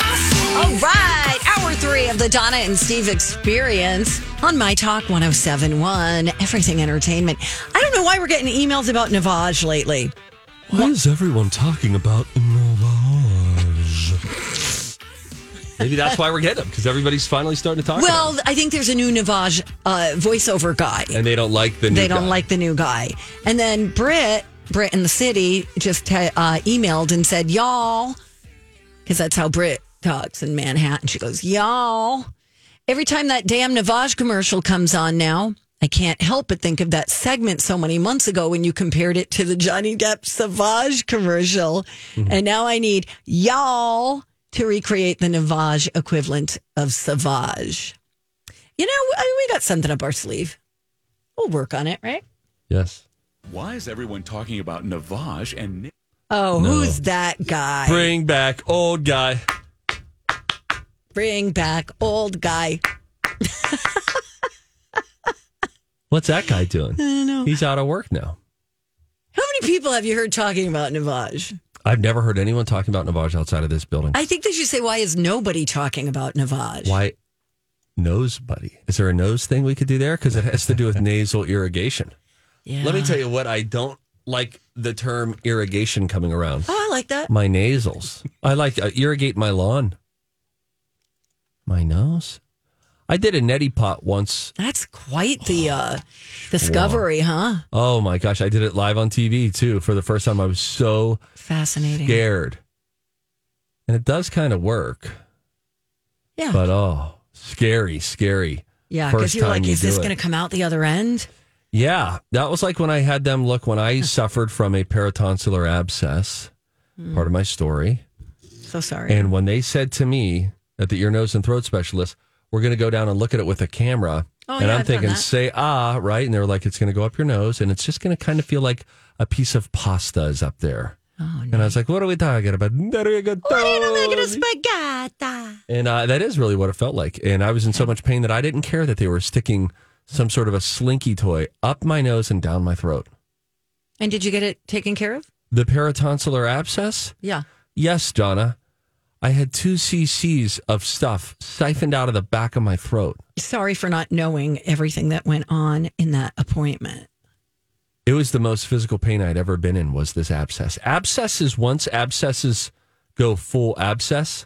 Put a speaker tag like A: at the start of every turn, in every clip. A: All right, hour three of the Donna and Steve experience on My Talk 1071, Everything Entertainment. I don't know why we're getting emails about Navage lately.
B: Why is everyone talking about Navage? Maybe that's why we're getting them because everybody's finally starting to talk. about
A: Well, I think there's a new Navage uh, voiceover guy.
B: it. and they don't like the. New
A: They don't
B: guy.
A: like the new guy. And then Britt, Britt in the city, just uh, emailed and said, y'all, because that's how Britt talks in Manhattan. She goes, y'all. Every time that damn Navage commercial comes on now, I can't help but think of that segment so many months ago when you compared it to the Johnny Depp Savage commercial.
B: Mm-hmm.
A: And now I need y'all to recreate the Navage equivalent of Savage. You know, I- we got something up our sleeve. We'll work on it, right?
B: Yes.
C: Why is everyone talking about Navage and Nick?
A: Oh,
B: No.
A: who's that guy? Bring,
B: Bring back old guy.
A: back old guy.
B: What's that guy doing? He's out of work now.
A: How many people have you heard talking about Navage?
B: I've never heard anyone talking about Navage outside of this building.
A: I think they should say, why is nobody talking about Navage?
B: Why nose buddy? Is there a nose thing we could do there? Because it has to do with nasal irrigation.
A: Yeah.
B: Let me tell you what I don't like the term irrigation coming around.
A: Oh, I like that.
B: My nasals. I like uh, irrigate my lawn. My nose. I did a neti pot once.
A: That's quite the uh, discovery, huh?
B: Oh my gosh, I did it live on TV too for the first time. I was so
A: Fascinating.
B: scared. And it does kind of work,
A: Yeah.
B: but oh, scary, scary.
A: yeah. Because
B: first
A: you're
B: time
A: like,
B: you
A: is this
B: do it.
A: going to come out the other end?
B: Yeah, that was like when I had them look when I suffered from a peritonsillar abscess, part of my story.
A: So sorry.
B: And when they said to me at the ear, nose, and throat specialist, we're going to go down and look at it with a camera.
A: Oh,
B: and
A: yeah,
B: I'm
A: I've done
B: thinking,
A: that.
B: say ah, right? And they're like, it's going to go up your nose and it's just going to kind of feel like a piece of pasta is up there.
A: oh,
B: And I was like, what are we talking about? Nerigatosi.
A: spaghetti.
B: And uh, that is really what it felt like. And I was in so much pain that I didn't care that they were sticking some sort of a slinky toy up my nose and down my throat.
A: And did you get it taken care of?
B: The peritonsillar abscess?
A: Yeah.
B: Yes, Donna. I had two cc's of stuff siphoned out of the back of my throat.
A: Sorry for not knowing everything that went on in that appointment.
B: It was the most physical pain I'd ever been in was this abscess. Abscesses once abscesses go full abscess,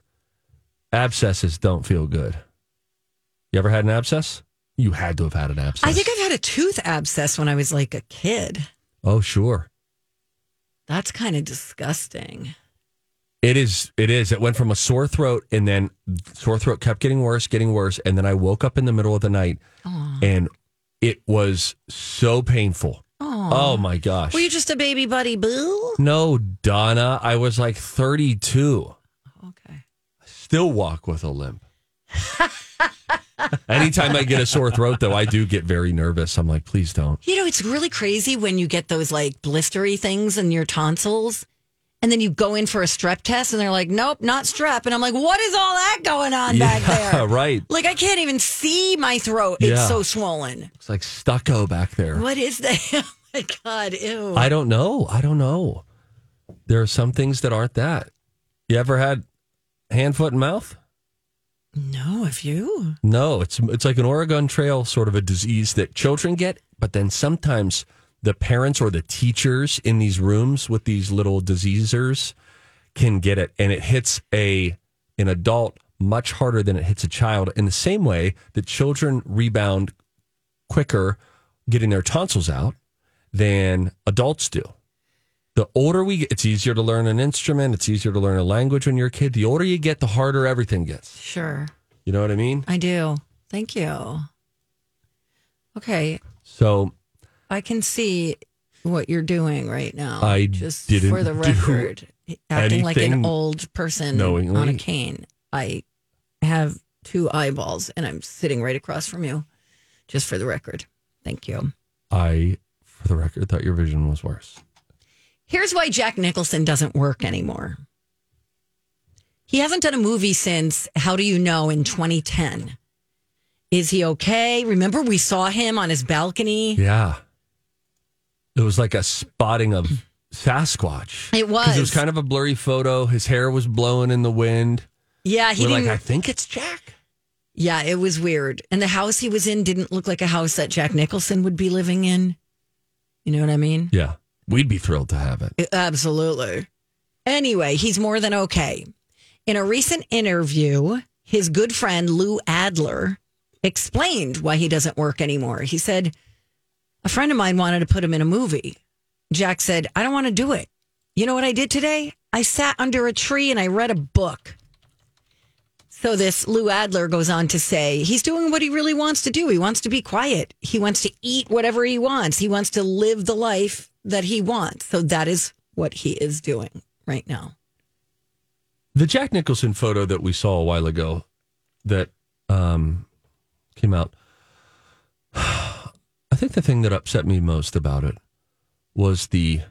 B: abscesses don't feel good. You ever had an abscess? You had to have had an abscess.
A: I think I've had a tooth abscess when I was like a kid.
B: Oh, sure.
A: That's kind of disgusting.
B: It is. It is. It went from a sore throat, and then sore throat kept getting worse, getting worse, and then I woke up in the middle of the night, and it was so painful. Oh my gosh!
A: Were you just a baby buddy boo?
B: no, Donna. I was like 32.
A: Okay.
B: Still walk with a limp. Anytime I get a sore throat, though, I do get very nervous. I'm like, please don't.
A: You know, it's really crazy when you get those like blistery things in your tonsils and then you go in for a strep test and they're like, nope, not strep. And I'm like, what is all that going on back
B: Yeah,
A: there?
B: right.
A: Like, I can't even see my throat. It's
B: Yeah.
A: so swollen.
B: It's like stucco back there.
A: What is that? Oh my God. Ew.
B: I don't know. I don't know. There are some things that aren't that. You ever had hand, foot, and mouth?
A: no, if you.
B: No, it's it's like an Oregon Trail sort of a disease that children get, but then sometimes the parents or the teachers in these rooms with these little diseasers can get it, and it hits a an adult much harder than it hits a child. In the same way that children rebound quicker getting their tonsils out than adults do. The older we get, it's easier to learn an instrument. It's easier to learn a language when you're a kid. The older you get, the harder everything gets.
A: Sure.
B: You know what I mean?
A: I do. Thank you. Okay.
B: So
A: I can see what you're doing right now.
B: I
A: just
B: didn't
A: for the
B: do
A: record, acting like an
B: anything
A: old person
B: knowingly.
A: on a cane. I have two eyeballs, and I'm sitting right across from you. Just for the record, thank you.
B: I, for the record, thought your vision was worse.
A: Here's why Jack Nicholson doesn't work anymore. He hasn't done a movie since How Do You Know in 2010. Is he okay? Remember, we saw him on his balcony.
B: Yeah. It was like a spotting of
A: It
B: Sasquatch. 'Cause It was
A: was.
B: kind of a blurry photo. His hair was blowing in the wind.
A: Yeah, he
B: We're
A: didn't.
B: like, I think it's Jack.
A: yeah, it was weird. And the house he was in didn't look like a house that Jack Nicholson would be living in. You know what I mean?
B: Yeah. We'd be thrilled to have it.
A: Absolutely. Anyway, he's more than okay. In a recent interview, his good friend Lou Adler explained why he doesn't work anymore. He said, A friend of mine wanted to put him in a movie. Jack said, I don't want to do it. You know what I did today? I sat under a tree and I read a book. So this Lou Adler goes on to say he's doing what he really wants to do. He wants to be quiet. He wants to eat whatever he wants. He wants to live the life that he wants. So that is what he is doing right now.
B: The Jack Nicholson photo that we saw a while ago that um, came out, I think the thing that upset me most about it was the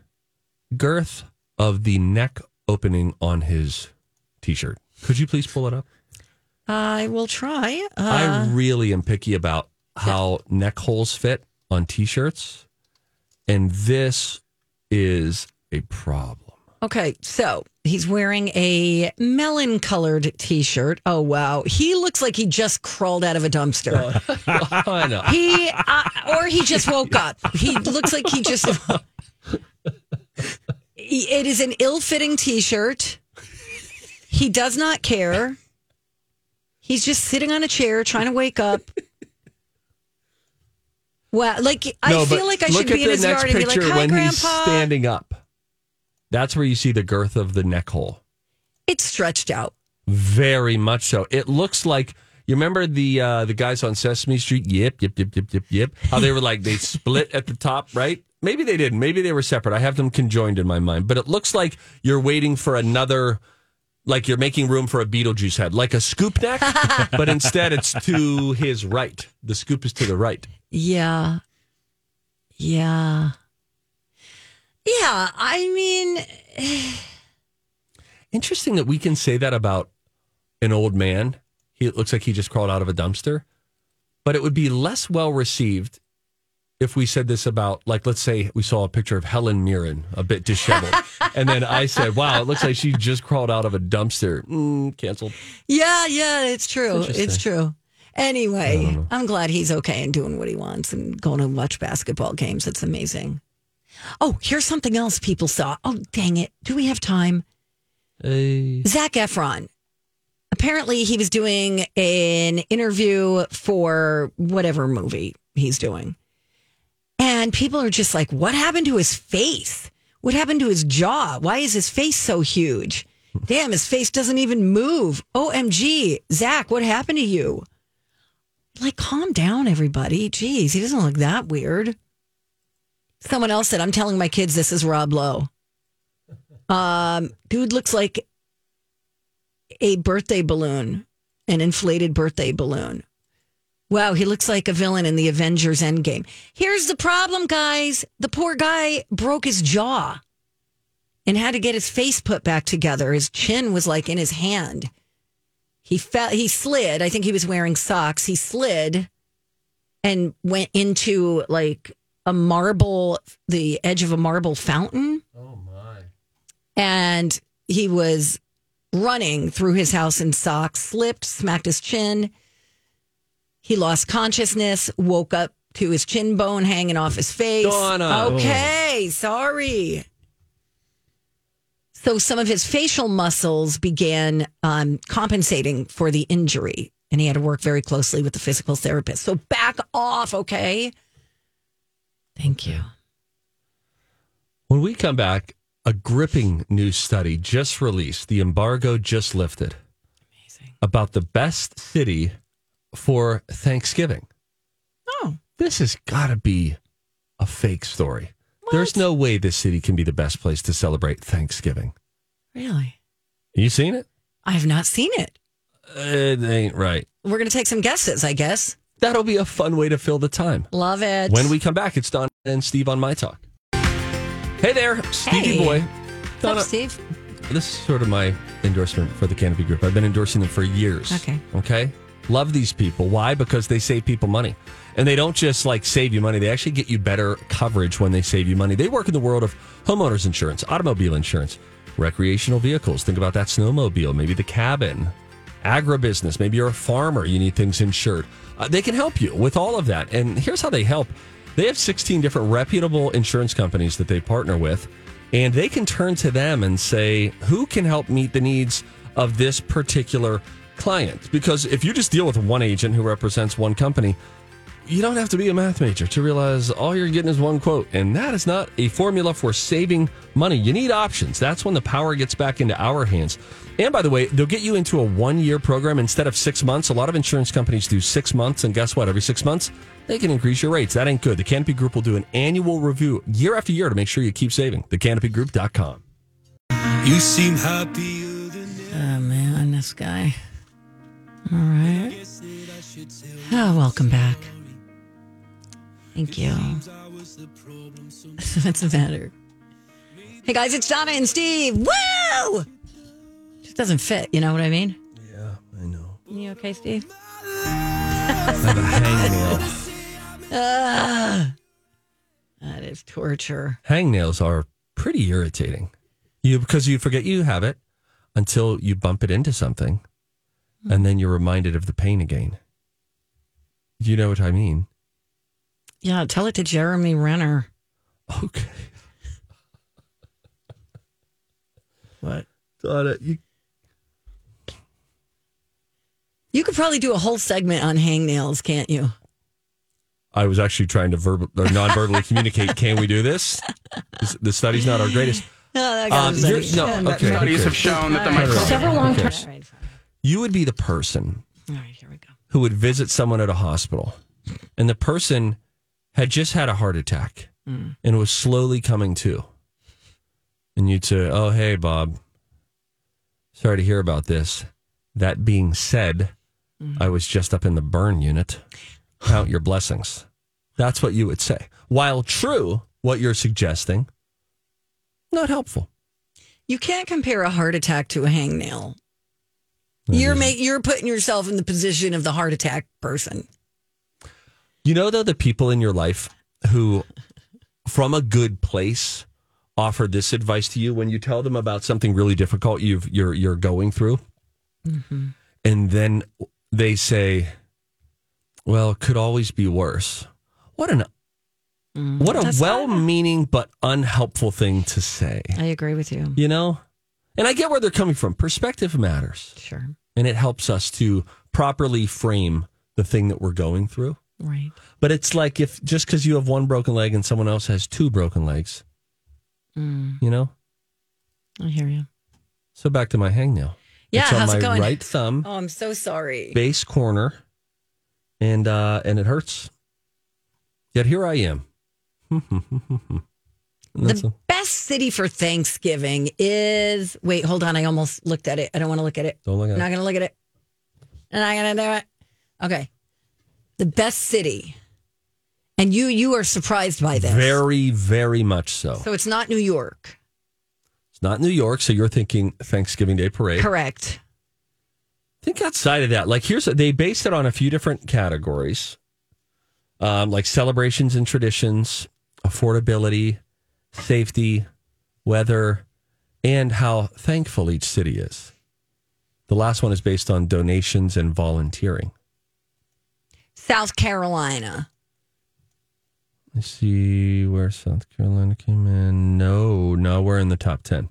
B: girth of the neck opening on his t shirt. Could you please pull it up?
A: I will try. Uh,
B: I really am picky about how neck holes fit on t shirts. And this is a problem.
A: okay, so he's wearing a melon colored t shirt. Oh, wow. He looks like he just crawled out of a dumpster.
B: I know.
A: He uh, or he just woke up. He looks like he just. it is an ill-fitting T-shirt. He does not care. He's just sitting on a chair trying to wake up. Wow, like I
B: No, but
A: feel like I should
B: look at
A: be in
B: the
A: his
B: next
A: yard and be like,
B: picture
A: "Hi,
B: when
A: Grandpa."
B: he's standing up. That's where you see the girth of the neck hole.
A: it's stretched out.
B: Very much so. It looks like you remember the uh, the guys on Sesame Street. Yep, yep, yep, yep, yep, yep. How they were like they split at the top, right? Maybe they didn't. Maybe they were separate. I have them conjoined in my mind, but it looks like you're waiting for another. Like you're making room for a Beetlejuice head, like a scoop neck, but instead it's to his right. The scoop is to the right.
A: Yeah. Yeah. Yeah, I mean,
B: Interesting that we can say that about an old man. He it looks like he just crawled out of a dumpster. But it would be less well received if we said this about, like, let's say we saw a picture of Helen Mirren, a bit disheveled. and then I said, wow, it looks like she just crawled out of a dumpster. Mm, canceled.
A: Yeah, yeah, it's true.
B: Interesting.
A: It's true. Anyway, I'm glad he's okay and doing what he wants and going to watch basketball games. It's amazing. Oh, here's something else people saw. Oh, dang it. Do we have time?
B: Hey.
A: Zach Efron. Apparently, he was doing an interview for whatever movie he's doing. And people are just like, what happened to his face? What happened to his jaw? Why is his face so huge? Damn, his face doesn't even move. OMG, Zach, what happened to you? Like, calm down, everybody. Jeez, he doesn't look that weird. Someone else said, I'm telling my kids this is Rob Lowe. Um, dude looks like a birthday balloon, an inflated birthday balloon. Wow, he looks like a villain in the Avengers Endgame. Here's the problem, guys. The poor guy broke his jaw and had to get his face put back together. His chin was like in his hand. He fell he slid. I think he was wearing socks. He slid and went into like a marble the edge of a marble fountain
B: Oh, my.
A: and he was running through his house in socks, slipped, smacked his chin. He lost consciousness, woke up to his chin bone hanging off his face.
B: Donna.
A: Okay, sorry. So some of his facial muscles began um, compensating for the injury, and he had to work very closely with the physical therapist. So back off, okay? Thank you.
B: When we come back, a gripping new study just released, the embargo just lifted, Amazing. about the best city for Thanksgiving.
A: Oh,
B: this has got to be a fake story. There's no way this city can be the best place to celebrate Thanksgiving.
A: really?
B: You seen it?
A: I have not seen it.
B: It ain't right.
A: We're going to take some guesses, I guess.
B: That'll be a fun way to fill the time.
A: Love it.
B: When we come back, it's Don and Steve on My Talk. Hey there, Stevie
A: Hey.
B: Boy.
A: What's up,
B: Donna,
A: Steve?
B: this is sort of my endorsement for the Canopy Group. I've been endorsing them for years.
A: Okay.
B: Okay. Love these people. Why? Because they save people money. And they don't just like save you money, they actually get you better coverage when they save you money. They work in the world of homeowners insurance, automobile insurance, recreational vehicles. Think about that snowmobile, maybe the cabin, agribusiness, maybe you're a farmer, you need things insured. Uh, they can help you with all of that. And here's how they help they have 16 different reputable insurance companies that they partner with, and they can turn to them and say, Who can help meet the needs of this particular client? Because if you just deal with one agent who represents one company, you don't have to be a math major to realize all you're getting is one quote, and that is not a formula for saving money. You need options. That's when the power gets back into our hands. And by the way, they'll get you into a one year program instead of six months. A lot of insurance companies do six months, and guess what? Every six months, they can increase your rates. That ain't good. The Canopy Group will do an annual review year after year to make sure you keep saving. TheCanopyGroup.com.
D: You seem happier than
A: Oh man, this guy. All right. Oh, welcome back. Thank you. That's better. Hey guys, it's Donna and Steve. Woo! Just doesn't fit. You know what I mean?
B: Yeah, I know.
A: You okay, Steve?
B: hangnail.
A: Ah! That is torture.
B: Hangnails are pretty irritating. You because you forget you have it until you bump it into something, and then you're reminded of the pain again. You know what I mean?
A: Yeah, tell it to Jeremy Renner.
B: Okay,
A: What?
B: Donna, you
A: You could probably do a whole segment on hangnails, can't you?
B: I was actually trying to verbal or non-verbally communicate. Can we do this? This- The study's not our greatest.
A: Oh, that
B: Um,
A: got
B: you're- no, okay.
E: Studies
B: okay.
E: have shown that the
F: Several long term.
A: All right, fine.
B: You would be the person
A: All right, here we go.
B: who would visit someone at a hospital, and the person had just had a heart attack and was slowly coming to. And you'd say, Oh, hey, Bob, sorry to hear about this. That being said, I was just up in the burn unit. Count your blessings. That's what you would say. While true, what you're suggesting, not helpful.
A: You can't compare a heart attack to a hangnail. You're make, you're putting yourself in the position of the heart attack person.
B: You know, though, the people in your life who, from a good place, offer this advice to you when you tell them about something really difficult you've, you're you're going through, and then they say, "Well, it could always be worse." What an what a well-meaning but unhelpful thing to say.
A: I agree with you.
B: You know, and I get where they're coming from. Perspective matters,
A: Sure.
B: and it helps us to properly frame the thing that we're going through.
A: Right.
B: But it's like if just because you have one broken leg and someone else has two broken legs,
A: Mm.
B: you know.
A: I hear you.
B: So back to my hangnail.
A: Yeah,
B: it's on
A: how's
B: my
A: it going?
B: right thumb,
A: Oh, I'm so sorry.
B: base corner, and uh, and it hurts. Yet here I am. And that's
A: The best city for Thanksgiving is wait, hold on. I almost looked at it. I don't want to look at it.
B: Don't look at
A: I'm
B: it.
A: not gonna look at it. I'm not gonna do it. Okay. The best city. And you you are surprised by
B: a-
A: this.
B: very, very much so.
A: so it's not New York.
B: It's not New York, so you're thinking Thanksgiving Day parade.
A: Correct.
B: think outside of that like here's they based it on a few different categories um, like celebrations and traditions affordability safety weather and how thankful each city is the last one is based on donations and volunteering
A: South Carolina.
B: let's see where south carolina came in no no we're in the top 10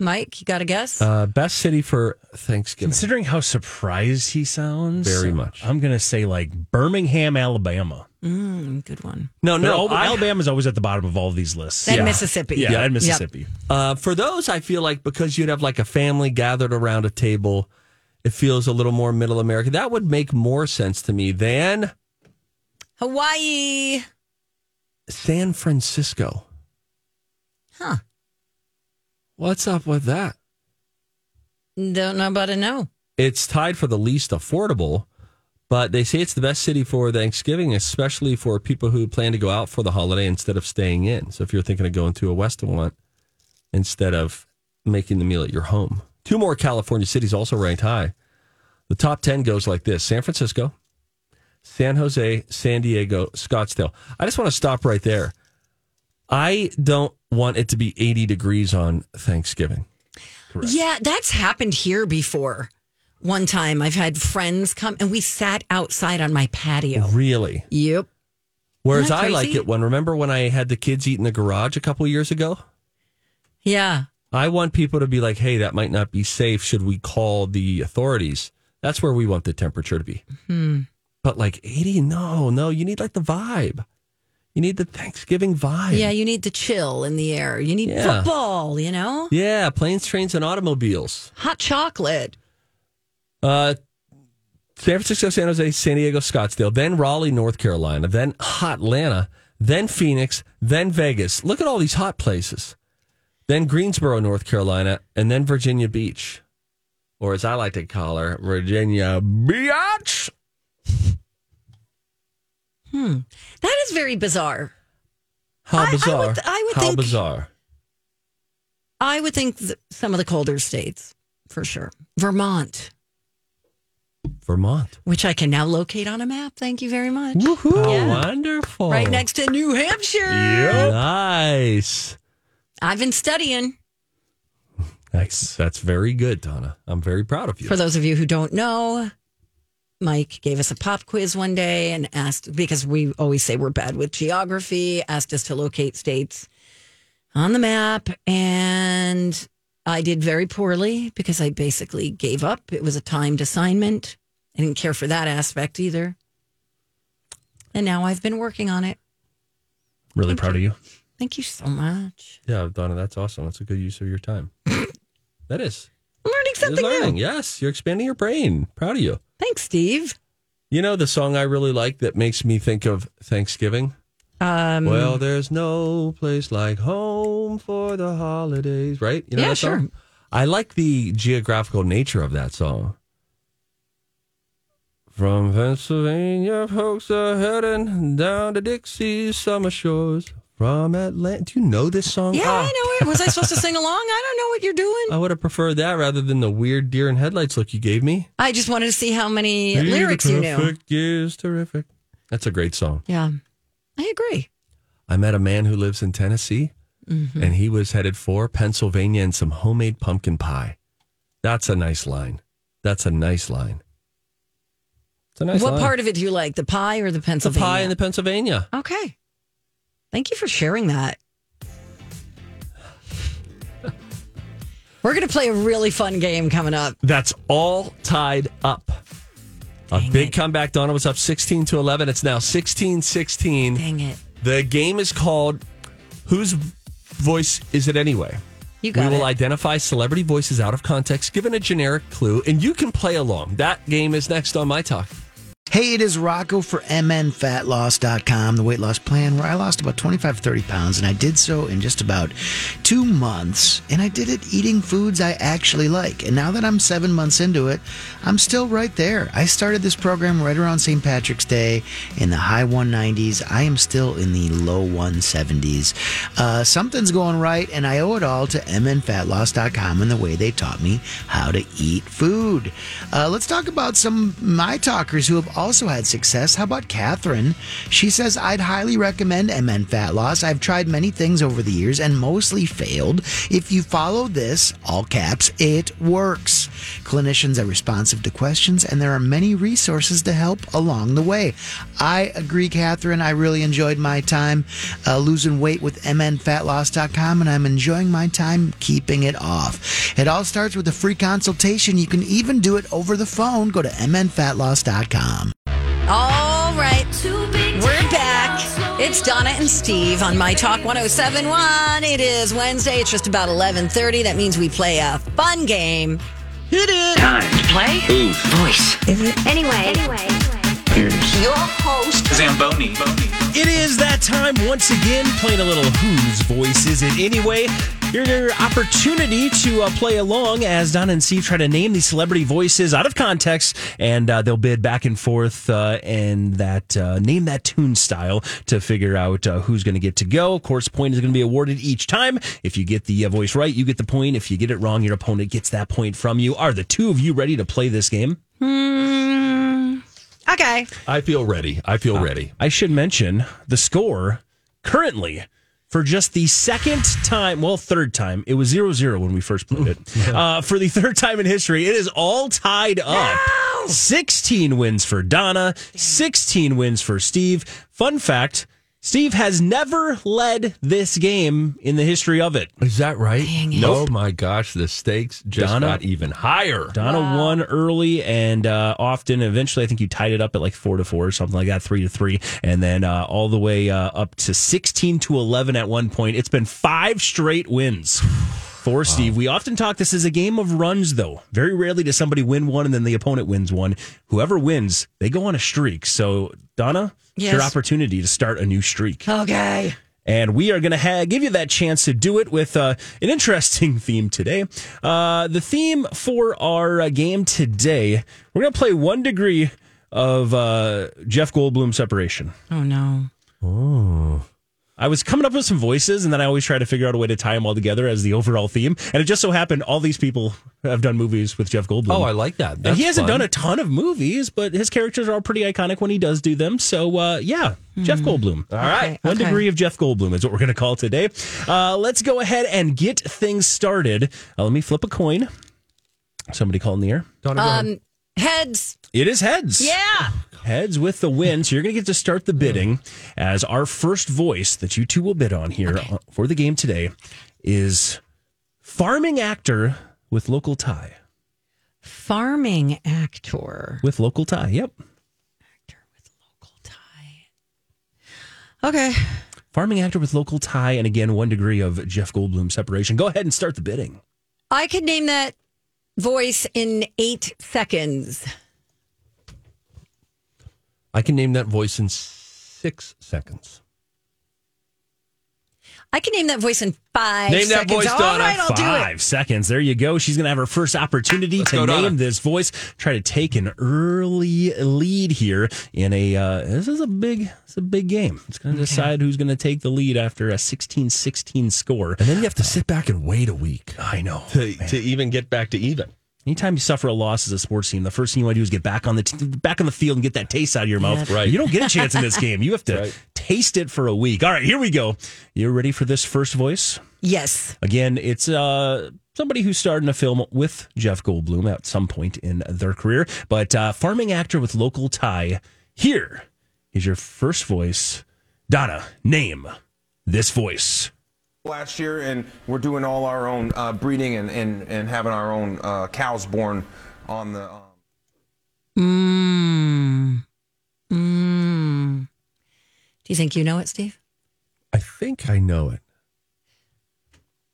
A: Mike, you got a guess?
B: uh, best city for thanksgiving
E: Considering how surprised he sounds,
B: Very much.
E: I'm gonna say like Birmingham, Alabama.
A: mm, good one.
B: no
E: They're
B: no
E: al-
B: I-
E: Alabama's always at the bottom of all these lists.
A: Then
E: yeah.
A: Mississippi.
E: Yeah,
B: Yep.
E: and Mississippi.
B: Uh, for those, I feel like because you'd have like a family gathered around a table, it feels a little more middle America. That would make more sense to me than
A: Hawaii.
B: San Francisco.
A: Huh.
B: What's up with that?
A: Don't know about a no.
B: It's tied for the least affordable, but they say it's the best city for Thanksgiving, especially for people who plan to go out for the holiday instead of staying in. So if you're thinking of going to a Western one instead of making the meal at your home. Two more California cities also ranked high. The top 10 goes like this San Francisco, San Jose, San Diego, Scottsdale. I just want to stop right there. I don't want it to be 80 degrees on Thanksgiving.
E: Correct.
A: Yeah, that's happened here before. One time I've had friends come and we sat outside on my patio.
B: Really?
A: Yep.
B: Whereas
A: that
B: I like
A: crazy?
B: it when remember when I had the kids eat in the garage a couple years ago?
A: Yeah.
B: I want people to be like, hey, that might not be safe. Should we call the authorities? That's where we want the temperature to be.
A: Hmm.
B: But like 80, no, no, you need like the vibe. You need the Thanksgiving vibe.
A: Yeah, you need the chill in the air. You need
B: Yeah.
A: football, you know?
B: Yeah, planes, trains, and automobiles.
A: Hot chocolate.
B: Uh, San Francisco, San Jose, San Diego, Scottsdale, then Raleigh, North Carolina, then Hotlanta, then Phoenix, then Vegas. Look at all these hot places. Then Greensboro, North Carolina, and then Virginia Beach, or as I like to call her, Virginia Beach.
A: That is very bizarre. I-
B: How
A: I
B: bizarre!
A: would- I would
B: How
A: think-
B: bizarre!
A: I would think th- some of the colder states, for sure. Vermont,
B: Vermont.
A: which I can now locate on a map. Thank you very much.
B: How
A: Yeah.
B: wonderful!
A: Right next to New Hampshire.
B: Nice.
A: I've been studying.
B: Nice. That's very good, Donna. I'm very proud of you.
A: For those of you who don't know, Mike gave us a pop quiz one day and asked because we always say we're bad with geography, asked us to locate states on the map and I did very poorly because I basically gave up. It was a timed assignment. I didn't care for that aspect either. And now I've been working on it.
E: Really proud of you.
A: Thank you so much.
B: Yeah, Donna, that's awesome. That's a good use of your time. that is.
A: I'm learning
B: You're
A: something
B: learning.
A: new.
B: Yes, you're expanding your brain. Proud of you.
A: Thanks, Steve.
B: You know the song I really like that makes me think of Thanksgiving?
A: Um,
B: Well, there's no place like home for the holidays, right? You know
A: Yeah,
B: that song?
A: sure.
B: I like the geographical nature of that song. From Pennsylvania, folks are heading down to Dixie's summer shores. From Atlanta. Do you know this song?
A: yeah,
B: Oh,
A: I know it. Was I supposed to sing along? I don't know what you're doing.
B: I would have preferred that rather than the weird deer in headlights look you gave me.
A: I just wanted to see how many lyrics you knew.
B: Perfect is terrific. That's a great song.
A: Yeah, I agree.
B: I met a man who lives in Tennessee,
A: Mm-hmm.
B: and he was headed for Pennsylvania and some homemade pumpkin pie. That's a nice line. That's a nice line. It's a nice
A: what
B: line.
A: part of it do you like, the pie or the
B: The
A: Pennsylvania?
B: pie in the Pennsylvania.
A: okay. Thank you for sharing that. We're going to play a really fun game coming up.
B: That's all tied up. A
A: Dang
B: big
A: it.
B: comeback. Donna was up 16 to 11. It's now 16 16.
A: Dang it.
B: The game is called Whose Voice Is It Anyway?
A: You
B: We
A: got
B: will
A: it.
B: identify celebrity voices out of context, given a generic clue, and you can play along. That game is next on My Talk.
F: Hey, it is Rocco for MNFatLoss.com, the weight loss plan, where I lost about 25, 30 pounds, and I did so in just about two months. And I did it eating foods I actually like. And now that I'm seven months into it, I'm still right there. I started this program right around St. Patrick's Day in the high 190s. I am still in the low 170s. Uh, something's going right, and I owe it all to MNFatLoss.com and the way they taught me how to eat food. Uh, let's talk about some my talkers who have also had success. How about Catherine? She says, I'd highly recommend MN Fat Loss. I've tried many things over the years and mostly failed. If you follow this, all caps, it works. Clinicians are responsive to questions and there are many resources to help along the way. I agree, Catherine. I really enjoyed my time uh, losing weight with MNFatLoss.com and I'm enjoying my time keeping it off. It all starts with a free consultation. You can even do it over the phone. Go to MNFatLoss.com.
A: All right. We're back. It's Donna and Steve on My Talk 1071. It is Wednesday. It's just about 11:30. That means we play a fun game. Hit it.
G: Time to play Whose Voice. Is it? Anyway. Anyway. Here's
A: Your host
C: Zamboni.
E: It is that time once again, playing a little Whose Voice Is It Anyway? Here's your opportunity to uh, play along as Don and Steve try to name these celebrity voices out of context, and uh, they'll bid back and forth uh, and that uh, name that tune style to figure out uh, who's going to get to go. Of course, point is going to be awarded each time. If you get the uh, voice right, you get the point. If you get it wrong, your opponent gets that point from you. Are the two of you ready to play this game?
A: Okay.
B: I feel ready. I feel ready.
E: I should mention the score currently for just the second time, well, third time. It was 0 0 when we first played it. Uh, for the third time in history, it is all tied up. 16 wins for Donna, 16 wins for Steve. Fun fact Steve has never led this game in the history of it.
B: Is that right?
A: it.
B: Oh my gosh, the stakes just
E: Donna?
B: got even higher.
E: Donna won early and uh, often. Eventually, I think you tied it up at like four to four or something like that, three to three, and then uh, all the way uh, up to sixteen to eleven at one point. It's been five straight wins for Steve. We often talk this as a game of runs, though. Very rarely does somebody win one and then the opponent wins one. Whoever wins, they go on a streak. So Donna, it's your
A: Yes.
E: opportunity to start a new streak.
A: Okay.
E: And we are going to ha- give you that chance to do it with uh, an interesting theme today. Uh, the theme for our uh, game today, we're going to play one degree of uh, Jeff Goldblum separation.
A: Oh no.
E: I was coming up with some voices, and then I always try to figure out a way to tie them all together as the overall theme. And it just so happened all these people have done movies with Jeff Goldblum.
B: Oh, I like that.
E: And
B: That's
E: he hasn't
B: fun.
E: done a ton of movies, but his characters are all pretty iconic when he does do them. So, uh, yeah, Jeff Goldblum. All right.
A: Hmm. Okay,
E: One
A: okay.
E: degree of Jeff Goldblum is what we're going to call today. Uh, let's go ahead and get things started. Uh, let me flip a coin. Somebody call in the air.
B: Donna, go ahead.
A: Um, heads.
E: It is heads.
A: Yeah.
E: Heads with the win. So you're going to get to start the bidding as our first voice that you two will bid on here uh, for the game today is farming actor with local tie.
A: Farming actor.
E: With local tie. Yep.
A: Local tie. Okay.
E: Farming actor with local tie, and again, one degree of Jeff Goldblum separation. Go ahead and start the bidding.
A: I could name that voice in eight seconds.
B: I can name that voice in six seconds.
A: I can name that voice in five
B: Name that
A: seconds.
B: voice,
A: All
B: Donna.
A: right, I'll do it.
E: Five seconds. There you go. She's going to have her first opportunity to
B: go,
E: name
B: Donna.
E: this voice. Try to take an early lead here in a. Uh, this is a big. It's a big game. It's going to decide who's going to take the lead after a 16-16 score.
B: And then you have to sit back and wait a week
E: I know.
B: to, to even get back to even.
E: Anytime you suffer a loss as a sports team, the first thing you want to do is get back on the t- back on the field and get that taste out of your mouth.
B: Right.
E: You don't get a chance in this game. You have to
B: Right.
E: taste it for a week. All right, here we go. You ready for this first voice?
A: Yes.
E: Again, it's uh, somebody who starred in a film with Jeff Goldblum at some point in their career, but uh, farming actor with local tie. Here is your first voice, Donna. Name this voice.
H: last year and we're doing all our own uh, breeding and, and, and having our own uh, cows born on the um,
A: Mm. Mm. Do you think you know it, Steve?
B: I think I know it.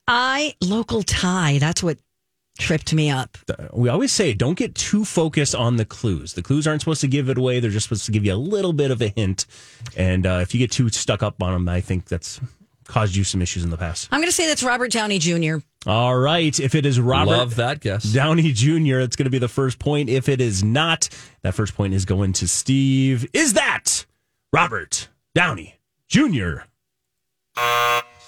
A: I local tie. That's what tripped me up.
E: Uh, we always say don't get too focused on the clues. The clues aren't supposed to give it away. They're just supposed to give you a little bit of a hint. And uh, if you get too stuck up on them, I think that's caused you some issues in the past.
A: I'm going to say that's Robert Downey Jr.
E: All right. If it is Robert
B: Love that guess.
E: Downey Jr., it's going to be the first point. If it is not, that first point is going to Steve. Is that Robert Downey Jr.?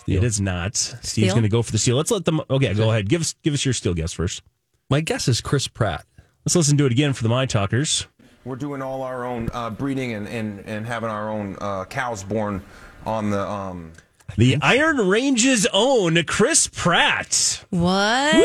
E: It is not. Steve's
A: Steal?
E: going to go for the steal. Let's let them. Okay, go ahead. Give us give us your steal guess first.
B: My guess is Chris Pratt.
E: Let's listen to it again for the My Talkers.
H: we're doing all our own uh, breeding and, and, and having our own uh, cows born on the um,
E: The Iron Range's own Chris Pratt.
A: What?
E: Woo!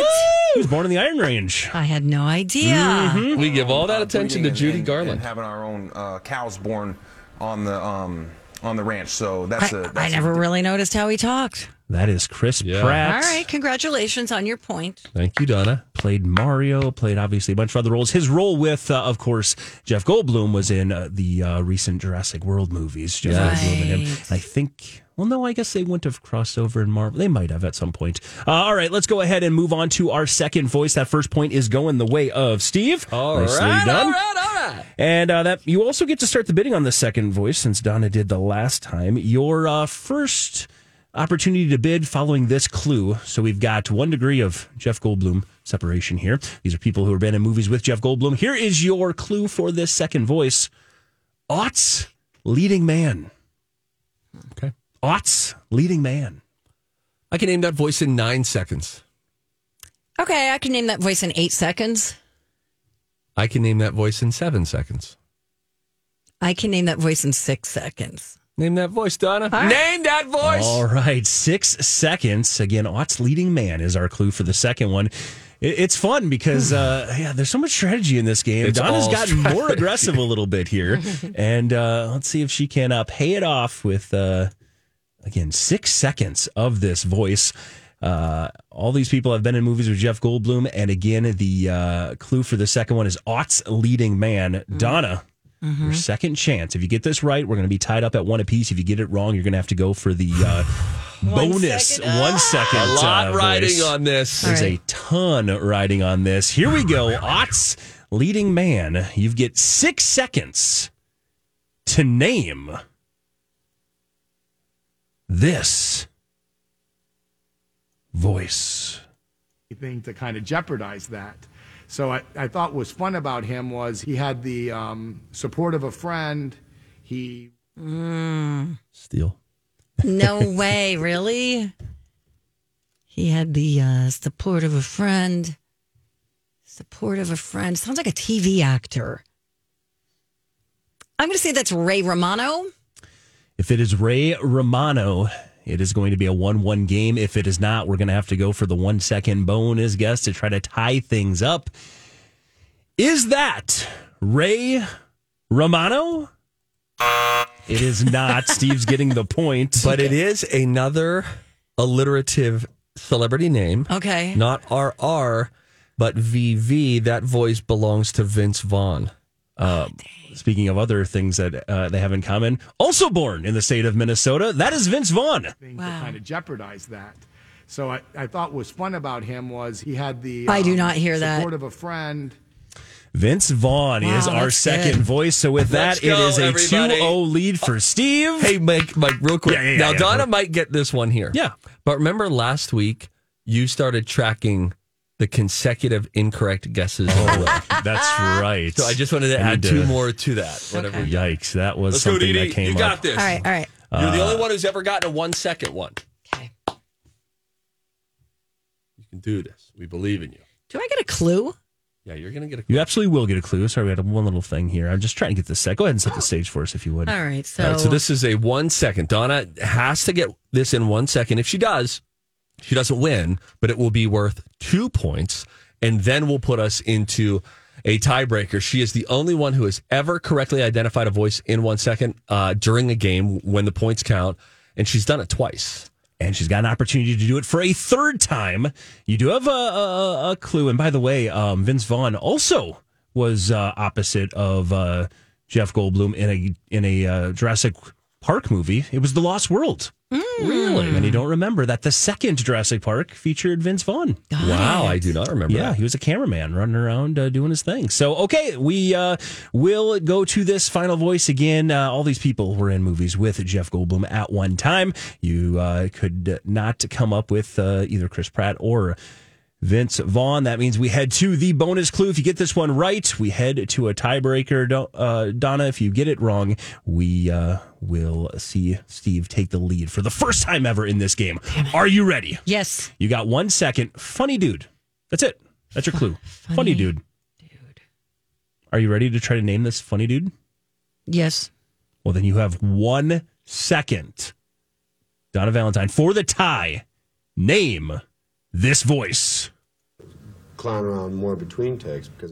E: He was born in the Iron Range.
A: I had no idea.
B: We give all that
H: uh,
B: attention
H: breeding
B: to
H: and-
B: Judy
H: and- and
B: Garland.
H: having our own uh, cows born on the um, on the ranch so that's a
A: I,
H: that's
A: I
H: a-
A: never really noticed how he talked.
E: That is Chris
B: Yeah.
E: Pratt.
A: All right, congratulations on your point.
B: Thank you, Donna.
E: Played Mario, played obviously a bunch of other roles. His role with, uh, of course, Jeff Goldblum was in uh, the uh, recent Jurassic World movies. Jeff
B: Yes.
E: Goldblum and him. I think, well, no, I guess they wouldn't have crossed over in Marvel. They might have at some point. Uh, all right, let's go ahead and move on to our second voice. That first point is going the way of Steve.
B: All
E: Nicely
B: right,
E: done.
B: all right, all right.
E: And uh, that you also get to start the bidding on the second voice since Donna did the last time. Your uh, first opportunity to bid following this clue. So we've got one degree of Jeff Goldblum separation here. These are people who have been in movies with Jeff Goldblum. Here is your clue for this second voice: Ott's leading man.
B: Okay.
E: Ott's leading man.
B: I can name that voice in nine seconds.
A: Okay, I can name that voice in eight seconds.
B: I can name that voice in seven seconds.
A: I can name that voice in six seconds.
B: Name that voice, Donna. Name that voice.
E: All right, six seconds. Again, Ott's leading man is our clue for the second one. It, it's fun because uh, yeah, there's so much strategy in this game.
B: It's
E: Donna's
B: all
E: gotten more
B: strategy.
E: aggressive a little bit here, and uh, let's see if she can uh, pay it off with uh, again six seconds of this voice. Uh, all these people have been in movies with Jeff Goldblum, and again, the uh, clue for the second one is Ott's leading man,
B: Mm-hmm.
E: Donna. Your second chance. If you get this right, we're going to be tied up at one apiece. If you get it wrong, you're going to have to go for the uh, bonus
I: second.
E: one second.
B: Ah, A lot
E: uh,
B: riding
E: voice.
B: on this.
E: There's
A: All
E: a ton riding on this. Here we go. Ott's leading man. You get six seconds to name this voice.
J: thing to kind of jeopardize that. So I, I thought was fun about him was he had the um, support of a friend. He
E: Steal.
A: No way, really? He had the uh, support of a friend. Support of a friend. Sounds like a TV actor. I'm going to say that's Ray Romano.
E: If it is Ray Romano, it is going to be a 1 1 game. If it is not, we're going to have to go for the one second bonus guess to try to tie things up. Is that Ray Romano? It is not. Steve's getting the point.
B: But it is another alliterative celebrity name.
A: Okay.
B: Not RR, but VV. That voice belongs to Vince Vaughn.
E: Speaking of other things that uh, they have in common, also born in the state of Minnesota, that is Vince Vaughn.
J: thing to kind of jeopardize that. So I, I thought was fun about him was he had the um,
A: I do not hear that.
J: support of a friend.
E: Vince Vaughn is
A: Wow,
E: our
A: that's
E: second
A: good.
E: voice. So with
B: Let's
E: that, it
B: go,
E: is a
B: everybody.
E: 2-0 lead for Steve.
B: Hey, Mike, Mike, real quick.
E: Yeah, yeah, yeah,
B: now,
E: yeah.
B: Donna might get this one here.
E: Yeah.
B: But remember last week, you started tracking the consecutive incorrect guesses.
E: Oh.
B: on the web.
E: That's right.
B: So I just wanted to
E: I
B: add
E: need
B: two
E: to-
B: more to that. Whatever. you-
E: Yikes! That was
B: Let's go,
E: something
B: Dee
E: that
B: Dee.
E: came
B: You
E: up.
B: got this.
A: All right, all right.
B: You're the only one who's ever gotten a one second one.
A: Okay.
B: You can do this. We believe in you.
A: Do I get a clue?
B: Yeah, you're going to get a.
E: You absolutely will get a clue. Sorry, we had one little thing here. I'm just trying to get this set. Go ahead and set the stage for us, if you would.
A: All right. So,
B: All right, so this is a one second. Donna has to get this in one second. If she does, she doesn't win, but it will be worth two points, and then we'll put us into a tiebreaker. She is the only one who has ever correctly identified a voice in one second uh, during a game when the points count, and she's done it twice.
E: And she's got an opportunity to do it for a third time. You do have a, a, a- a clue. And by the way, um, Vince Vaughn also was uh, opposite of uh, Jeff Goldblum in a in a uh, Jurassic Park movie. It was The Lost World. Really? And you don't remember that the second Jurassic Park featured Vince Vaughn.
B: Wow, I do not remember.
E: Yeah,
B: that.
E: he was a cameraman running around uh, doing his thing. So, okay, we uh, will go to this final voice again. Uh, all these people were in movies with Jeff Goldblum at one time. You uh, could not come up with uh, either Chris Pratt or Vince Vaughn. That means we head to the bonus clue. If you get this one right, we head to a tiebreaker. Don- Uh, Donna, if you get it wrong, we uh, will see Steve take the lead for the first time ever in this game. Are you ready?
A: yes.
E: You got one second. Funny dude. That's it. That's your clue. Funny, dude. Are you ready to try to name this funny dude?
A: Yes.
E: Well, then you have one second. Donna Valentine for the tie. Name this voice.
K: clown around more between takes because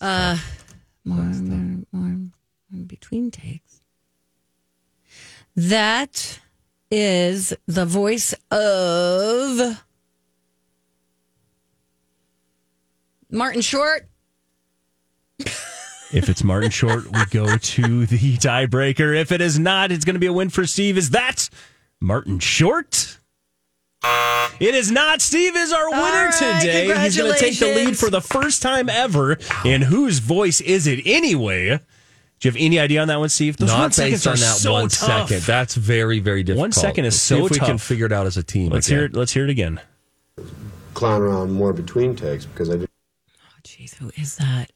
A: More, more, more in between takes. That is the voice of Martin Short.
E: If it's Martin Short, we go to the tiebreaker. If it is not, it's going to be a win for Steve. Is that Martin Short? It is not. Steve is our winner
A: right,
E: today. He's going to take the lead
A: congratulations.
E: for the first time ever. And whose voice is it anyway? Do you have any idea on that one, Steve? Those one
B: Not
E: seconds
B: based on
E: are
B: that
E: so
B: one second.
E: tough.
B: That's very, very difficult.
E: One second is
B: Let's see
E: so
B: if we can
E: tough.
B: figure it out as a team.
E: Let's
B: again.
E: hear it. Let's hear it again.
K: clown around more between takes because I didn't
A: Oh, jeez, who is that?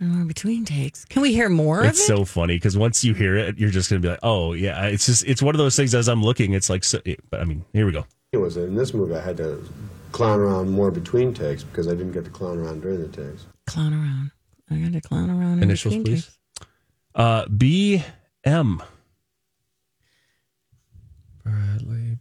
A: More in between takes. Can we hear more
E: It's
A: of it?
E: so funny because once you hear it, you're just going to be like, "Oh yeah." It's just it's one of those things. As I'm looking, it's like, so, but I mean, here we go.
K: it was in this movie I had to clown around more between takes because I didn't get to clown around during the takes.
A: clown around. I got to clown around. in
B: Initials,
A: between
B: please.
A: takes.
E: Uh, BM.
B: Bradley.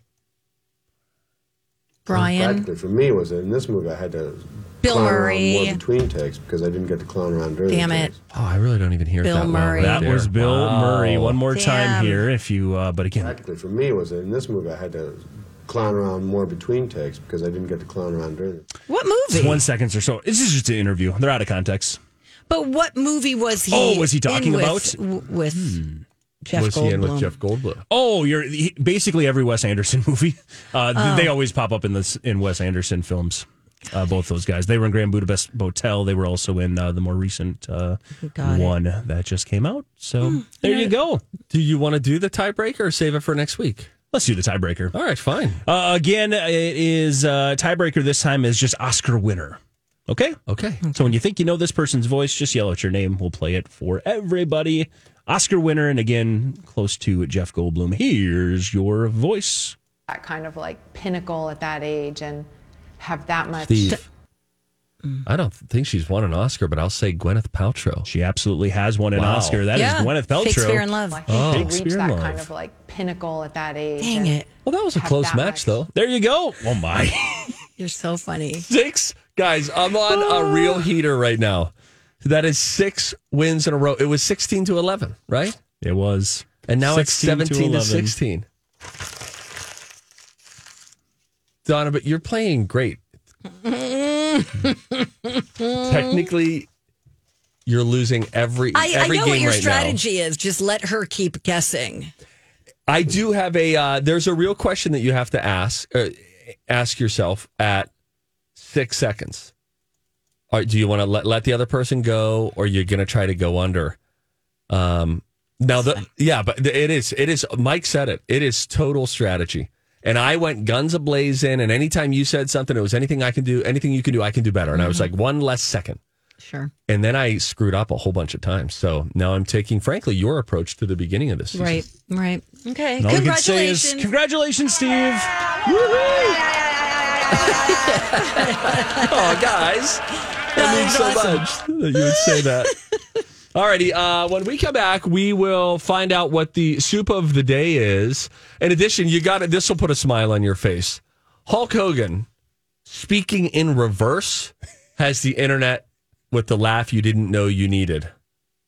A: Brian.
K: Practically for me was that in this movie I had to
A: Bill
K: clown around
A: Murray.
K: more between takes because I didn't get to clown around during.
A: Damn
K: the
A: it.
B: Oh, I really don't even hear it
A: Bill
B: that loud
A: Murray.
B: right
E: That
B: there.
E: was Bill
B: Wow.
E: Murray. One more
A: Damn.
E: time here, if you. Uh, but again,
K: Practically for me was that in this movie I had to clown around more between takes because I didn't get to clown around during. the-
A: What
E: it's
A: movie?
E: one seconds or so. This is just an interview. They're out of context.
A: but what movie was he?
E: Oh, was he
A: in
E: talking
A: with,
E: about? Hmm.
A: w- with Jeff
B: was
A: Goldblum?
B: he in with Jeff Goldblum?
E: Oh, you're he- basically every Wes Anderson movie. Uh, th-
A: Oh.
E: They always pop up in this in Wes Anderson films. Uh, both those guys. They were in Grand Budapest Hotel. They were also in uh, the more recent uh,
A: Got it. Hmm.
E: one that just came out. So there you go.
B: Do you want to do the tiebreaker or save it for next week?
E: Let's do the tiebreaker.
B: All right, fine.
E: Uh, again, it is uh, tiebreaker. This time is just Oscar winner. Okay.
B: Okay.
E: So when you think you know this person's voice, just yell out your name. We'll play it for everybody. Oscar winner, and again, close to Jeff Goldblum. Here's your voice.
I: that kind of like pinnacle at that age and have that much.
B: Steve.
A: Mm.
B: I don't think she's won an Oscar, but I'll say Gwyneth Paltrow.
E: She absolutely has won an
B: Wow.
E: Oscar. That is
A: Yeah,
E: Gwyneth Paltrow.
A: Shakespeare in Love.
I: I think
E: Oh.
I: you reach
E: Shakespeare
I: that
E: in
I: kind
E: love.
I: of like pinnacle at that age.
A: Dang
I: and
A: it.
B: Well, that was a
I: have
B: close
I: that
B: match,
I: much.
B: though.
E: There you go. Oh my.
A: You're so funny.
B: Six guys. I'm on a real heater right now. That is six wins in a row. It was 16 to 11, right?
E: it was.
B: And now it's
E: 16
B: 17 to,
E: 11.
B: 16. Donna, but you're playing great. Technically, you're losing every
A: I, I
B: every
A: know
B: game
A: what your
B: right
A: strategy is. Just let her keep guessing.
B: now. I do have a. Uh, there's a real question that you have to ask uh, ask yourself at six seconds. All right, do you want to let let the other person go, or you're going to try to go under? Um, now the yeah, but the- it is it is. Mike said it. It is total strategy, and I went guns ablaze in. And anytime you said something, it was anything I can do, anything you can do, I can do better. And I was like one less second,
A: Sure.
B: and then I screwed up a whole bunch of times. So now I'm taking, frankly, your approach to the beginning of this. Season.
A: Right. Right. Okay.
E: And all we can say
A: Congratulations.
E: is congratulations, Steve.
B: Oh, guys, that means so much that you would say that. Alrighty, uh, when we come back, we will find out what the soup of the day is. In addition, you got it. This will put a smile on your face. Hulk Hogan speaking in reverse has the internet with the laugh you didn't know you needed.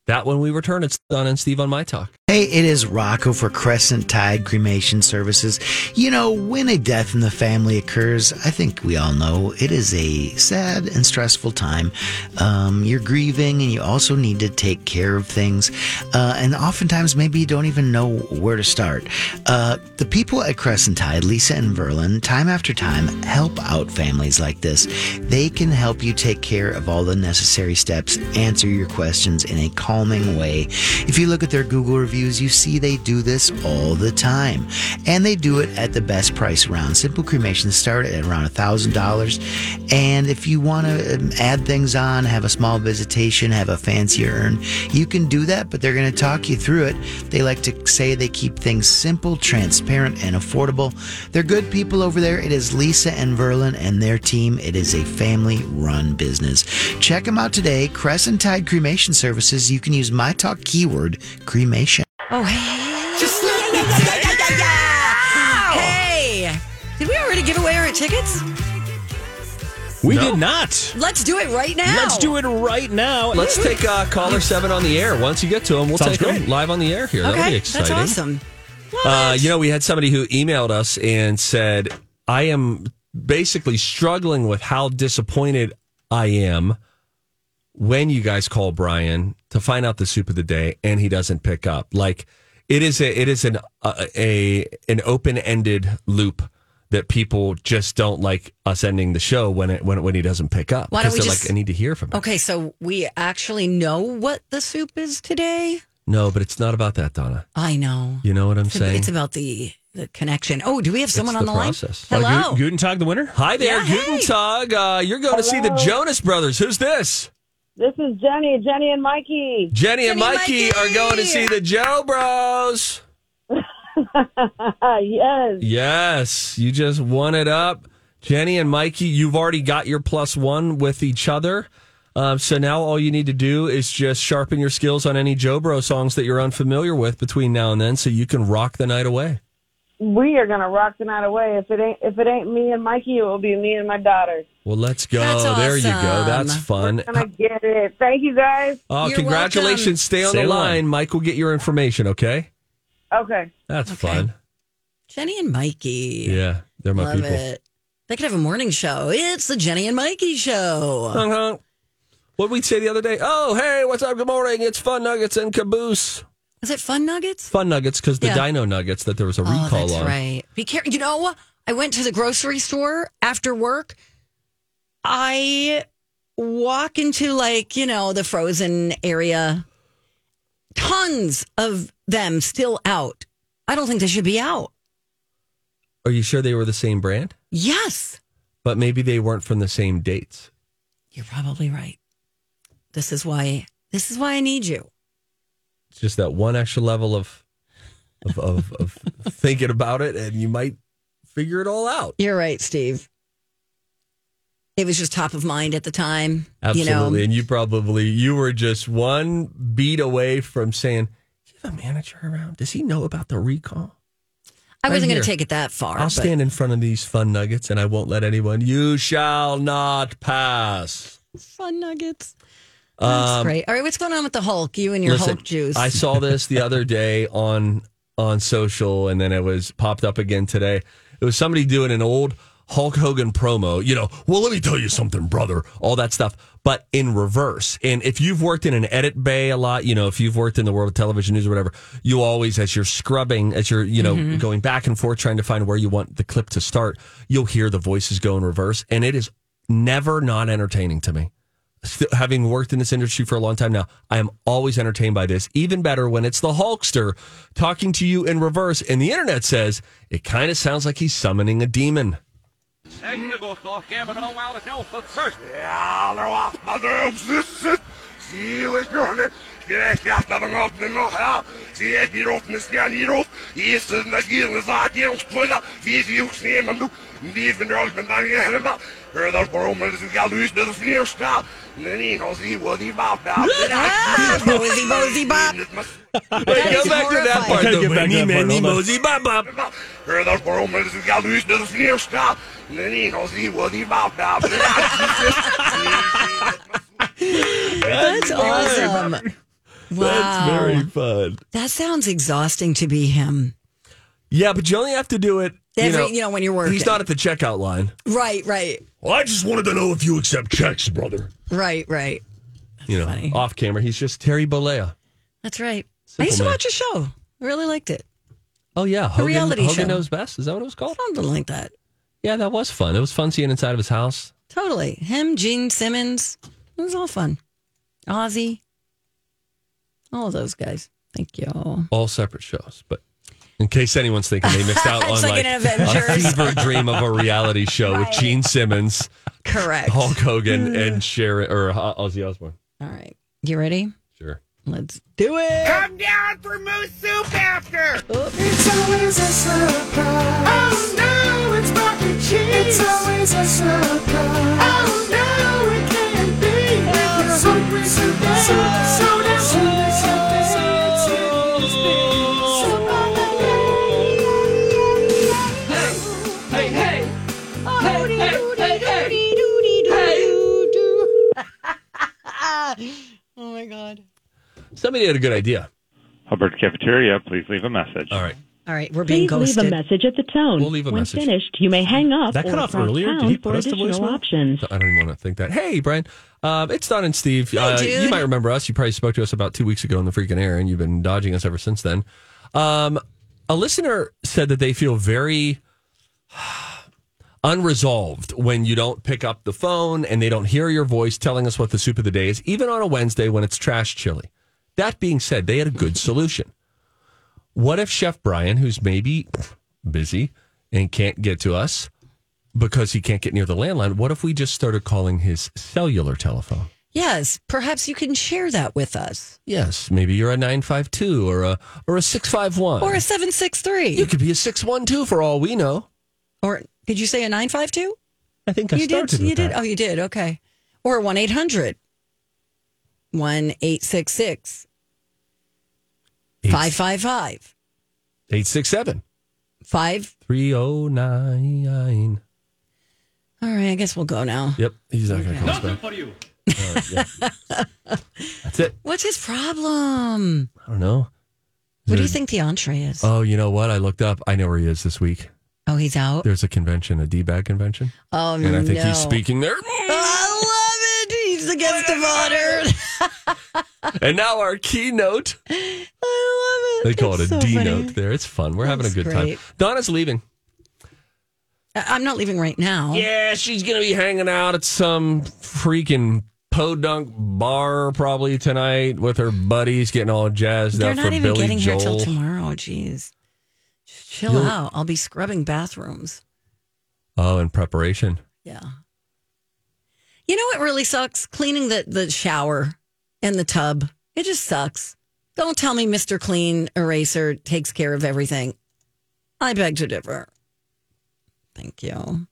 B: That when we return, it's Don and Steve on my talk.
F: Hey, it is Rocco for Crescent Tide Cremation Services. You know, when a death in the family occurs, I think we all know it is a sad and stressful time. Um, you're grieving and you also need to take care of things. Uh, and oftentimes, maybe you don't even know where to start. Uh, the people at Crescent Tide, Lisa and Verlin, time after time help out families like this. They can help you take care of all the necessary steps, answer your questions in a calming way. If you look at their Google reviews, you see they do this all the time. And they do it at the best price around. Simple cremations start at around $1,000. And if you want to add things on, have a small visitation, have a fancy urn, you can do that, but they're going to talk you through it. They like to say they keep things simple, transparent, and affordable. They're good people over there. It is Lisa and Verlin and their team. It is a family run business. Check them out today. Crescent Tide Cremation Services. You can use my talk keyword cremation.
A: Oh, hey. Just Hey. Did we already give away our tickets?
E: We did not.
A: Let's do it right now.
E: Let's do it right now.
B: Let's take uh, caller seven on the air. Once you get to him, we'll
E: Sounds
B: take him
E: great.
B: live on the air here. That'll be
A: Okay.
B: exciting.
A: That's awesome.
B: Uh, you know, we had somebody who emailed us and said, I am basically struggling with how disappointed I am when you guys call Brian to find out the soup of the day and he doesn't pick up. Like it is a, it is an a, a an open-ended loop that people just don't like us ending the show when it when it, when he doesn't pick up
A: Why don't we
B: they're
A: just- Oh.
B: like I need to hear from him.
A: Okay, so we actually know what the soup is today.
B: No, but it's not about that, Donna.
A: I know.
B: You know what I'm
A: It's,
B: saying?
A: it's about the the connection. Oh, do we have someone
B: It's
A: on
B: the
A: the
B: process.
A: line? Hello.
E: Gu- Uh, Guten Tag, the winner.
B: Hi there,
A: Yeah, hey.
B: Guten Tag. Uh, you're going to see the Jonas Brothers. Who's this?
L: This is Jenny, Jenny and Mikey.
A: Jenny
B: Jenny, and
A: and
B: Mikey,
A: Mikey.
B: are going to see the Joe Bros.
L: yes.
B: Yes, you just won it up. Jenny and Mikey, you've already got your plus one with each other. Uh, so now all you need to do is just sharpen your skills on any Joe Bro songs that you're unfamiliar with between now and then, so you can rock the night away.
L: We are gonna rock the night away. If it ain't if it ain't me and Mikey, it will be me and my daughter.
B: Well, let's go. there you go. That's fun.
L: I get it. Thank you guys.
B: Oh, congratulations. Stay on the line. Mike will get your information, okay?
L: Okay.
B: That's fun.
A: Jenny and Mikey.
B: Yeah, they're my
A: Love
B: people.
A: it. They could have a morning show. It's the Jenny and Mikey show.
B: Honk, honk. What we say the other day? Oh, hey, what's up? Good morning. It's Fun Nuggets and Caboose.
A: Is it Fun Nuggets?
B: Fun Nuggets because the
A: Yeah.
B: Dino Nuggets that there was a
A: Oh,
B: recall
A: that's
B: on.
A: right. Be careful. You know, I went to the grocery store after work. I walk into like you know the frozen area. Tons of them still out. I don't think they should be out.
B: Are you sure they were the same brand?
A: Yes,
B: But maybe they weren't from the same dates.
A: you're probably right. This is why. This is why I need you.
B: It's just that one extra level of of of, of thinking about it, and you might figure it all out.
A: You're right, Steve. It was just top of mind at the time.
B: Absolutely.
A: You know,
B: And you probably you were just one beat away from saying, "Do you have a manager around? Does he know about the recall?"
A: I wasn't
B: Right
A: going to
B: here.
A: take it that far.
B: I'll
A: but-
B: stand in front of these fun nuggets and I won't let anyone. You shall not pass.
A: Fun nuggets. That's
B: Um,
A: great. All right, what's going on with the Hulk? You and your
B: listen,
A: Hulk juice.
B: I saw this the other day on on social, and then it was popped up again today. It was somebody doing an old Hulk Hogan promo. You know, well, let me tell you something, brother. All that stuff, but in reverse. And if you've worked in an edit bay a lot, you know, if you've worked in the world of television news or whatever, you always, as you're scrubbing, as you're you know
A: Mm-hmm.
M: Mhm.
B: going back and forth trying to find where you want the clip to start, you'll hear the voices go in reverse, and it is never not entertaining to me still, having worked in this industry for a long time now, I am always entertained by this. Even better when it's the Hulkster talking to you in reverse, and the internet says it kind of sounds like he's summoning a demon.
A: Bozy, bozy, bop.
B: Hey, go back to that part.
M: Okay,
B: though,
M: get back to
B: many,
M: that part,
B: many
M: hold on.
B: mosey bop bop.
A: That's awesome. Wow.
B: That's very fun.
A: That sounds exhausting to be him.
B: Yeah, but you only have to do it. you,
A: Every-
B: know,
A: you know, when you're working.
B: He's not at the checkout line.
A: Right, right,
B: Well, I just wanted to know if you accept checks, brother.
A: right, right.
B: you know, off camera, he's just Terry Bollea.
A: That's right. I
B: Simple
A: used to
B: man.
A: watch a show. I really liked it.
B: Oh yeah, Hogan,
A: reality
B: Hogan
A: show.
B: knows best. Is that what it was called?
A: Something like that.
B: Yeah, that was fun. It was fun seeing inside of his house.
A: Totally. Him, Gene Simmons. It was all fun. Ozzy. All those guys. Thank you.
B: all separate shows. But in case anyone's thinking they missed out on
A: It's
B: like,
A: like an
B: a
A: Avengers.
B: fever dream of a reality show with Gene Simmons,
A: Correct.
B: Hulk Hogan, and Sharon or uh, Ozzy Osbourne.
A: All right. You ready?
B: Sure.
A: Let's do it.
M: Come down for moose soup after. It's always a surprise. Oh no, it's mac and cheese. It's always a surprise. Oh no, it can't be. With your super super super soda super super super super super Hey, hey, hey. Hey, hey, hey, hey.
A: Oh my God.
B: Somebody had a good idea.
N: Hubbard Cafeteria, please leave a message.
B: All right.
A: All right. We're being
O: Please
A: ghosted.
O: leave a message at the tone.
B: We'll leave a
O: when
B: message.
O: finished, you may hang up
B: That
O: or
B: cut off
O: press
B: earlier. Did
O: pound
B: he
O: for
B: put us to
O: additional
B: voicemail?
O: options.
B: I don't even want to think that. Hey, Brian. Um, it's Don and Steve. uh,
A: dude.
B: you might remember us. You probably spoke to us about two weeks ago in the freaking air, and you've been dodging us ever since then. Um, a listener said that they feel very unresolved when you don't pick up the phone and they don't hear your voice telling us what the soup of the day is, even on a Wednesday when it's trash chili. That being said, they had a good solution. What if Chef Brian, who's maybe busy and can't get to us because he can't get near the landline, what if we just started calling his cellular telephone?
A: Yes. Perhaps you can share that with us.
B: Yes, maybe you're a 952 or a or a 651.
A: Or a 763.
B: you could be a 612 for all we know.
A: Or did you say a 952?
B: I think I
A: you
B: started
A: did.
B: with
A: You did.
B: that.
A: Oh, you did. Okay. Or 1 800 1 866 555
B: 867
A: 5.
B: 309.
A: All right, I guess we'll go now.
B: Yep, he's not going to call us back.
A: for you.
B: All right, yeah. That's it.
A: What's his problem?
B: I don't know.
A: What do you
B: There-
A: think the entree is?
B: Oh, you know what? I looked up. I know where he is this week.
A: Oh, he's out.
B: There's a convention, a D bag convention.
A: Oh,
B: and I think
A: no.
B: he's speaking there.
A: I love it. He's the guest of honor.
B: And now our keynote.
A: I love
B: They
A: it.
B: call
A: That's
B: it a
A: so
B: D
A: funny.
B: note there. It's fun. We're having a
A: That's
B: good
A: great.
B: time. Donna's leaving.
A: I- I'm not leaving right now.
B: Yeah, she's going to be hanging out at some freaking podunk bar probably tonight with her buddies, getting all jazzed
A: They're
B: up
A: not
B: for
A: even
B: Billy
A: getting
B: Joel.
A: here till tomorrow. Jeez. Just chill
B: You'll-
A: out. I'll be scrubbing bathrooms.
B: Oh, in preparation.
A: Yeah. You know what really sucks? Cleaning the, the shower and the tub. It just sucks. Don't tell me Mr. Clean Eraser takes care of everything. I beg to differ. Thank you.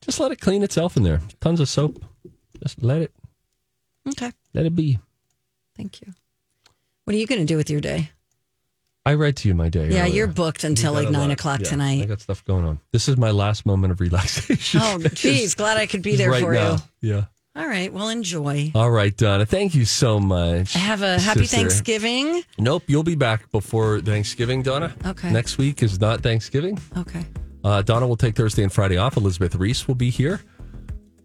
B: Just let it clean itself in there. Tons of soap. Just let it
A: Okay.
B: let it be.
A: Thank you. What are you going to do with your day?
B: I read to you my day.
A: Yeah,
B: earlier.
A: you're booked until
B: oh, You got
A: like
B: a
A: nine
B: lot.
A: o'clock
B: Yeah,
A: tonight.
B: I got stuff going on. This is my last moment of relaxation.
A: Oh, geez. Glad I could be there
B: right
A: for
B: now.
A: you.
B: Yeah.
A: All right. Well, enjoy.
B: All right, Donna. Thank you so much.
A: Have a happy
B: sister.
A: Thanksgiving.
B: Nope, you'll be back before Thanksgiving, Donna.
A: Okay.
B: Next week is not Thanksgiving.
A: Okay.
B: Uh, Donna will take Thursday and Friday off. Elizabeth Reese will be here,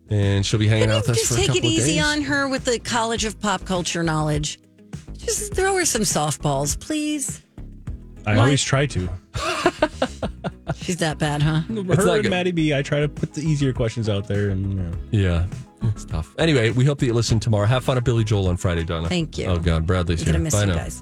B: and she'll be hanging out with us
A: Just
B: for a
A: take
B: couple
A: it easy
B: of days.
A: on her with the College of Pop Culture Knowledge. Just throw her some softballs, please.
E: I
A: Why?
E: always try to.
A: She's that bad, huh?
E: her
B: like
E: and
B: a-
E: Maddie B, I try to put the easier questions out there, and you know.
B: Yeah, it's tough. Anyway, we hope that you listen tomorrow. Have fun at Billy Joel on Friday, Donna.
A: Thank you.
B: Oh God, Bradley's
A: I'm gonna
B: here.
A: miss
B: Bye
A: you
B: now.
A: guys.